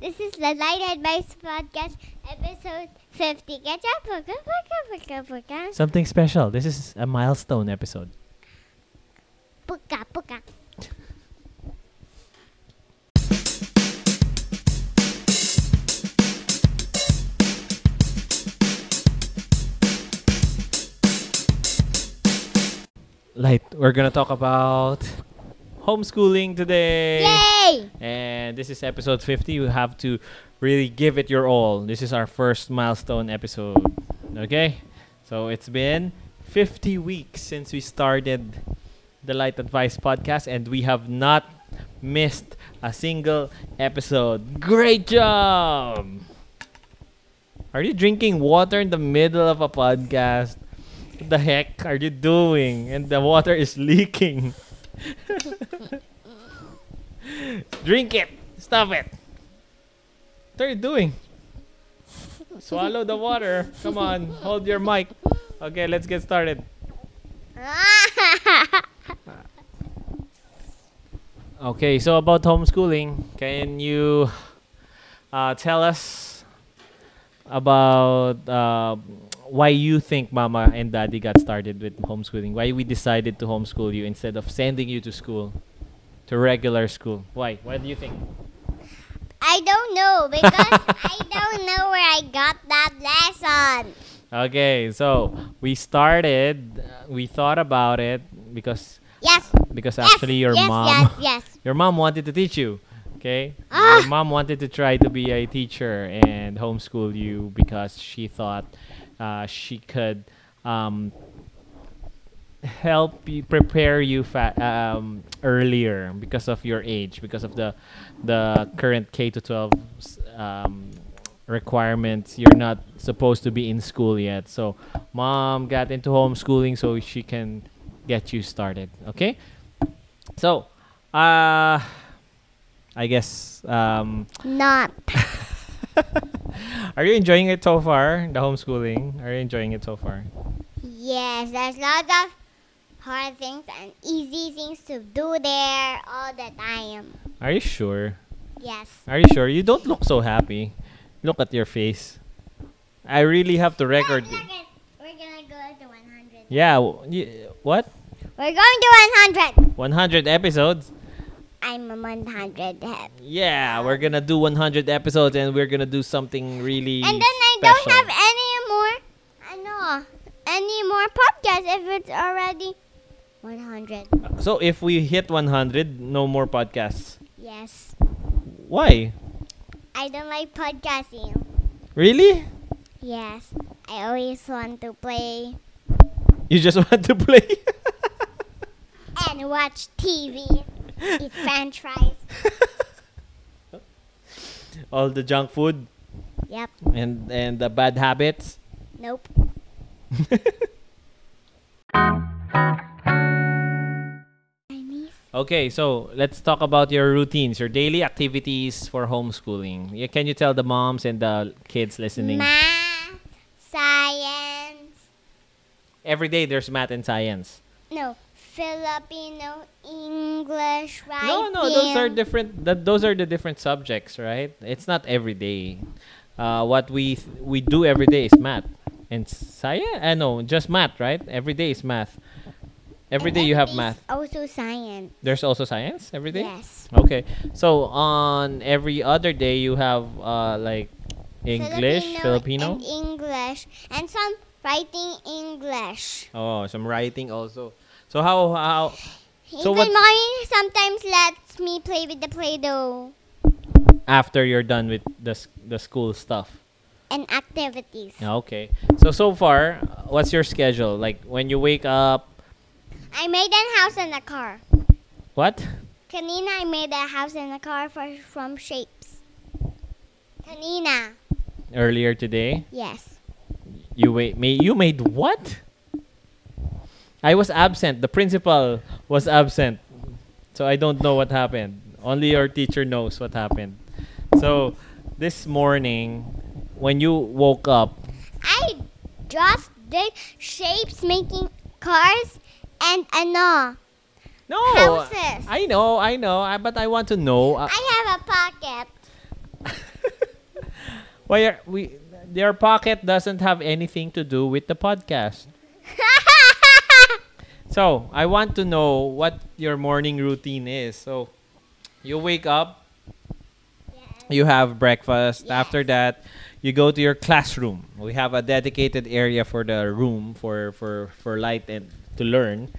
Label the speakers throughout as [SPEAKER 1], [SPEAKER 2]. [SPEAKER 1] This is the Light Advice Podcast, episode 50. Catch up, puka, puka, puka, puka.
[SPEAKER 2] Something special. This is a milestone episode.
[SPEAKER 1] Puka, puka.
[SPEAKER 2] Light. We're gonna talk about homeschooling today.
[SPEAKER 1] Yay!
[SPEAKER 2] And this is episode 50. You have to really give it your all. This is our first milestone episode. Okay? So it's been 50 weeks since we started the Light Advice podcast, and we have not missed a single episode. Great job! Are you drinking water in the middle of a podcast? What the heck are you doing? And the water is leaking. Drink it. Stop it. What are you doing? Swallow the water. Come on. Hold your mic. Okay, let's get started. Okay, so about homeschooling, can you uh, tell us about uh, why you think Mama and Daddy got started with homeschooling? Why we decided to homeschool you instead of sending you to school, to regular school? Why? Why do you think?
[SPEAKER 1] I don't know because I don't know where I got that lesson.
[SPEAKER 2] Okay, so we started. uh, We thought about it because
[SPEAKER 1] Yes.
[SPEAKER 2] because
[SPEAKER 1] yes,
[SPEAKER 2] actually your
[SPEAKER 1] yes,
[SPEAKER 2] mom
[SPEAKER 1] Yes, yes,
[SPEAKER 2] your mom wanted to teach you. Okay,
[SPEAKER 1] Ah.
[SPEAKER 2] your mom wanted to try to be a teacher and homeschool you because she thought uh, she could um, help you prepare you fa- um, earlier because of your age, because of the the current K to twelve um, requirements. You're not supposed to be in school yet. So, mom got into homeschooling so she can get you started. Okay, so uh, I guess um,
[SPEAKER 1] Not.
[SPEAKER 2] are you enjoying it so far? The homeschooling. Are you enjoying it so far?
[SPEAKER 1] Yes, there's lots of hard things and easy things to do there all the time.
[SPEAKER 2] Are you sure?
[SPEAKER 1] Yes.
[SPEAKER 2] Are you sure? You don't look so happy. Look at your face. I really have to record.
[SPEAKER 1] Look, look, We're gonna go to 100.
[SPEAKER 2] Yeah. w- y- What?
[SPEAKER 1] We're going to 100.
[SPEAKER 2] 100 episodes?
[SPEAKER 1] I'm a 100 head.
[SPEAKER 2] Yeah, we're gonna do 100 episodes and we're gonna do something really.
[SPEAKER 1] And then I
[SPEAKER 2] special.
[SPEAKER 1] don't have any more. I know any more podcasts if it's already 100.
[SPEAKER 2] So if we hit 100, no more podcasts.
[SPEAKER 1] Yes,
[SPEAKER 2] Why?
[SPEAKER 1] I don't like podcasting.
[SPEAKER 2] Really?
[SPEAKER 1] Yes, I always want to play
[SPEAKER 2] You just want to play?
[SPEAKER 1] and watch TV, eat French fries.
[SPEAKER 2] All the junk food
[SPEAKER 1] Yep.
[SPEAKER 2] and and the bad habits.
[SPEAKER 1] Nope. I miss.
[SPEAKER 2] Okay, so let's talk about your routines, your daily activities for homeschooling. Yeah, Can you tell the moms and the kids listening?
[SPEAKER 1] Math, science.
[SPEAKER 2] Every day there's math and science.
[SPEAKER 1] No, Filipino, English, right?
[SPEAKER 2] no, no, those are different. That those are the different subjects, right? It's not every day. Uh, what we th- we do every day is math and science. I know, just math, right? Every day is math. Every day you have math.
[SPEAKER 1] Also science.
[SPEAKER 2] There's also science every day.
[SPEAKER 1] Yes.
[SPEAKER 2] Okay, so on every other day you have uh, like English, Filipino.
[SPEAKER 1] and English, and some writing English.
[SPEAKER 2] Oh, some writing also. So how how So
[SPEAKER 1] Even
[SPEAKER 2] what-
[SPEAKER 1] mommy sometimes lets me play with the Play-Doh
[SPEAKER 2] after you're done with the s- the school stuff?
[SPEAKER 1] and activities.
[SPEAKER 2] Yeah, Okay. So so far, uh, what's your schedule? Like when you wake up,
[SPEAKER 1] I made a house in the car.
[SPEAKER 2] what?
[SPEAKER 1] Kanina, I made a house in the car for, from shapes. Kanina,
[SPEAKER 2] Earlier today,
[SPEAKER 1] yes.
[SPEAKER 2] you wait me you made what? I was absent. The principal was absent. So I don't know what happened. Only your teacher knows what happened. So this morning when you woke up,
[SPEAKER 1] I just did shapes making cars and ano.
[SPEAKER 2] No.
[SPEAKER 1] Houses.
[SPEAKER 2] I know, I know, I, but I want to know. Uh,
[SPEAKER 1] I have a pocket.
[SPEAKER 2] Why are we? Their pocket doesn't have anything to do with the podcast. So I want to know what your morning routine is. So you wake up, you have breakfast. After that, you go to your classroom. We have a dedicated area for the room for for for light and to learn.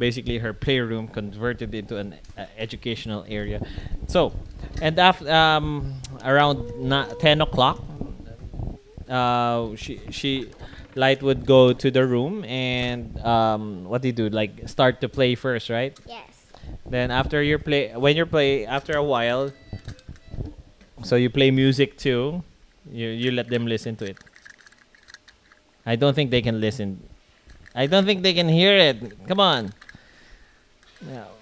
[SPEAKER 2] Basically, her playroom converted into an uh, educational area. So, and after um, around na- ten o'clock, uh, she she light would go to the room and um, what do you do? Like start to play first, right?
[SPEAKER 1] yes.
[SPEAKER 2] Then after your play, when you play, after a while, so you play music too. You you let them listen to it. I don't think they can listen. I don't think they can hear it. Come on. No.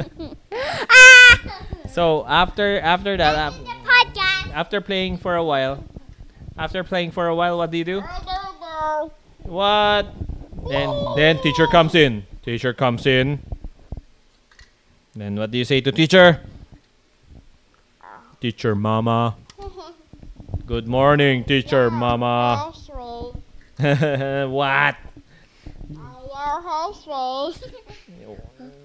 [SPEAKER 2] so after after that, af-
[SPEAKER 1] Podcast.
[SPEAKER 2] after playing for a while, after playing for a while, what do you do?
[SPEAKER 1] I don't know.
[SPEAKER 2] What? Then then teacher comes in. Teacher comes in. Then what do you say to teacher? Teacher mama. Good morning, teacher mama.
[SPEAKER 1] Housemate.
[SPEAKER 2] what?
[SPEAKER 1] Hello, housemate.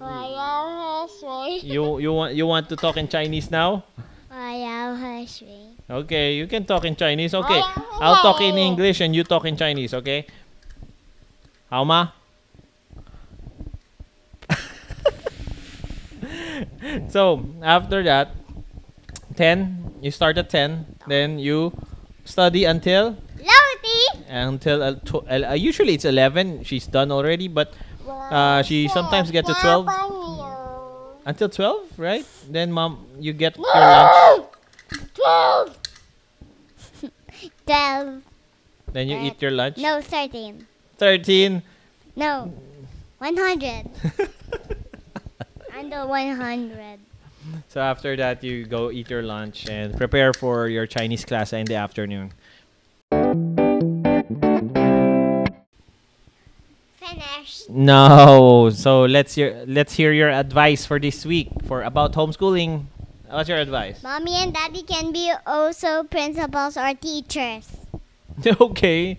[SPEAKER 1] Hello, housemate.
[SPEAKER 2] You you want you want to talk in Chinese now?
[SPEAKER 1] Hello, housemate.
[SPEAKER 2] Okay, you can talk in Chinese. Okay. I'll talk in English and you talk in Chinese, okay? How ma? so, after that, 10, you start at 10, then you study until
[SPEAKER 1] Lodi.
[SPEAKER 2] until uh, tw- uh, usually it's 11, she's done already, but uh, she sometimes get to 12 until 12, right? Then mom, you get your lunch,
[SPEAKER 1] Twelve. Twelve.
[SPEAKER 2] then you eat your lunch.
[SPEAKER 1] No, thirteen.
[SPEAKER 2] 13
[SPEAKER 1] No, one hundred. Under one hundred.
[SPEAKER 2] So after that, you go eat your lunch and prepare for your Chinese class in the afternoon.
[SPEAKER 1] Finished.
[SPEAKER 2] No, so let's hear let's hear your advice for this week for about homeschooling. What's your advice?
[SPEAKER 1] Mommy and daddy can be also principals or teachers.
[SPEAKER 2] okay,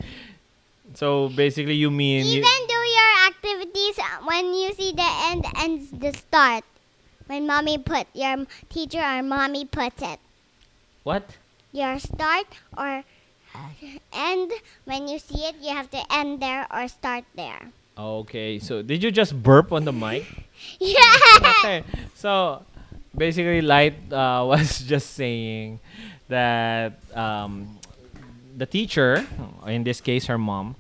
[SPEAKER 2] so basically you mean you,
[SPEAKER 1] Even do your activities when you see the end and the start. When mommy put your teacher or mommy puts it.
[SPEAKER 2] what?
[SPEAKER 1] Your start or uh, end. When you see it, you have to end there or start there.
[SPEAKER 2] Okay, so did you just burp on the mic?
[SPEAKER 1] Yeah.
[SPEAKER 2] okay. So basically, Light uh, was just saying that um, the teacher, in this case, her mom,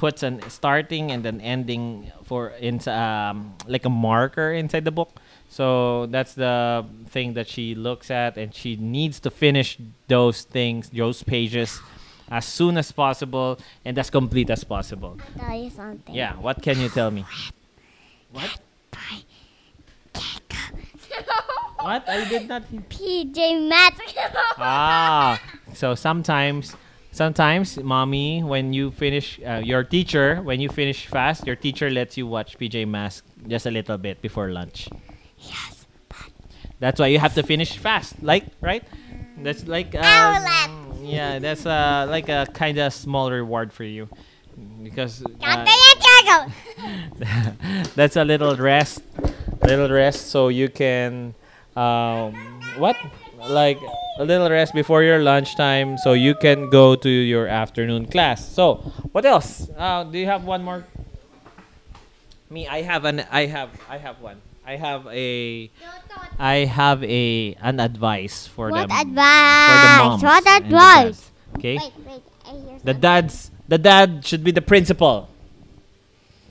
[SPEAKER 2] puts an starting and an ending for in um, like a marker inside the book. So that's the thing that she looks at, and she needs to finish those things, those pages, as soon as possible and as complete as possible.
[SPEAKER 1] Tell you something.
[SPEAKER 2] Yeah. What can you tell me? What?
[SPEAKER 1] Bye.
[SPEAKER 2] What? I did not. hear-
[SPEAKER 1] PJ Masks.
[SPEAKER 2] ah, so sometimes, sometimes, mommy, when you finish, uh, your teacher, when you finish fast, your teacher lets you watch PJ Mask just a little bit before lunch.
[SPEAKER 1] Yes.
[SPEAKER 2] That's why you have to finish fast, like right? That's like uh,
[SPEAKER 1] Owlette.
[SPEAKER 2] yeah, that's uh, like a kind of small reward for you because uh,
[SPEAKER 1] Dr. Santiago.
[SPEAKER 2] that's a little rest little rest so you can um, what like a little rest before your lunchtime so you can go to your afternoon class so what else uh, do you have one more me i have an i have i have one i have a i have a an advice for
[SPEAKER 1] What
[SPEAKER 2] them for the
[SPEAKER 1] advice?
[SPEAKER 2] moms
[SPEAKER 1] What
[SPEAKER 2] and the
[SPEAKER 1] advice?
[SPEAKER 2] dads, okay
[SPEAKER 1] Wait, wait. I hear
[SPEAKER 2] the
[SPEAKER 1] something.
[SPEAKER 2] dads the dad should be the principal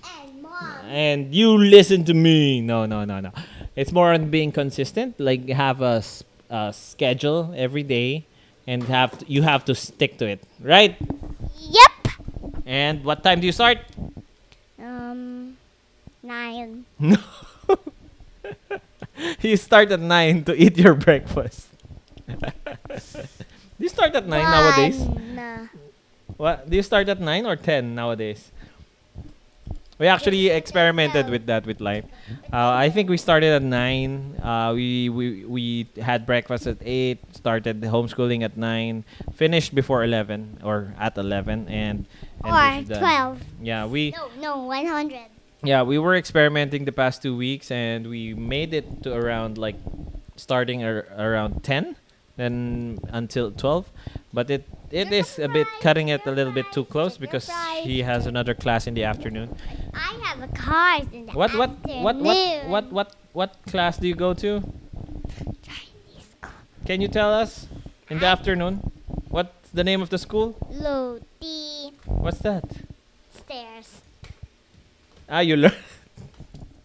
[SPEAKER 1] and mom.
[SPEAKER 2] and you listen to me. No, no, no, no. It's more on being consistent. Like have a, s- a schedule every day, and have to, you have to stick to it, right?
[SPEAKER 1] Yep.
[SPEAKER 2] And what time do you start?
[SPEAKER 1] Um, nine.
[SPEAKER 2] No. you start at nine to eat your breakfast. do you start at nine nowadays?
[SPEAKER 1] One.
[SPEAKER 2] What do you start at nine or ten nowadays? We actually experimented with that with like, uh, I think we started at nine. Uh, we, we we had breakfast at eight. Started the homeschooling at nine. Finished before eleven or at eleven and. and
[SPEAKER 1] Or
[SPEAKER 2] this is done.
[SPEAKER 1] 12.
[SPEAKER 2] Yeah, we
[SPEAKER 1] No, no, 100.
[SPEAKER 2] yeah we were experimenting the past two weeks and we made it to around like starting ar- around ten, then until twelve, but it. It
[SPEAKER 1] You're
[SPEAKER 2] is a bit
[SPEAKER 1] fries,
[SPEAKER 2] cutting it a
[SPEAKER 1] you're
[SPEAKER 2] little bit
[SPEAKER 1] fries,
[SPEAKER 2] too close
[SPEAKER 1] you're
[SPEAKER 2] because
[SPEAKER 1] fries.
[SPEAKER 2] he has another class in the afternoon.
[SPEAKER 1] I have a car in the
[SPEAKER 2] What what
[SPEAKER 1] afternoon.
[SPEAKER 2] what what what what what class do you go to?
[SPEAKER 1] Chinese call-
[SPEAKER 2] Can you tell us in the afternoon? What's the name of the school?
[SPEAKER 1] low D
[SPEAKER 2] What's that?
[SPEAKER 1] stairs.
[SPEAKER 2] Ah, you learn.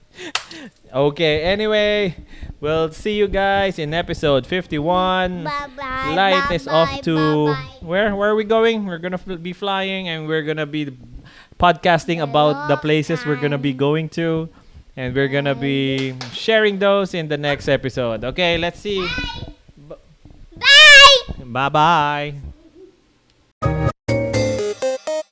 [SPEAKER 2] okay. Anyway, we'll see you guys in episode fifty-one.
[SPEAKER 1] Bye bye.
[SPEAKER 2] Hmm. Light
[SPEAKER 1] bye
[SPEAKER 2] is
[SPEAKER 1] bye,
[SPEAKER 2] off to
[SPEAKER 1] bye bye.
[SPEAKER 2] where? Where are we going? We're gonna fl- be flying, and we're gonna be podcasting
[SPEAKER 1] A
[SPEAKER 2] about the
[SPEAKER 1] long
[SPEAKER 2] places we're gonna be
[SPEAKER 1] time.
[SPEAKER 2] going to, and we're gonna be sharing those in the next episode. Okay, let's see.
[SPEAKER 1] Bye.
[SPEAKER 2] Bye bye.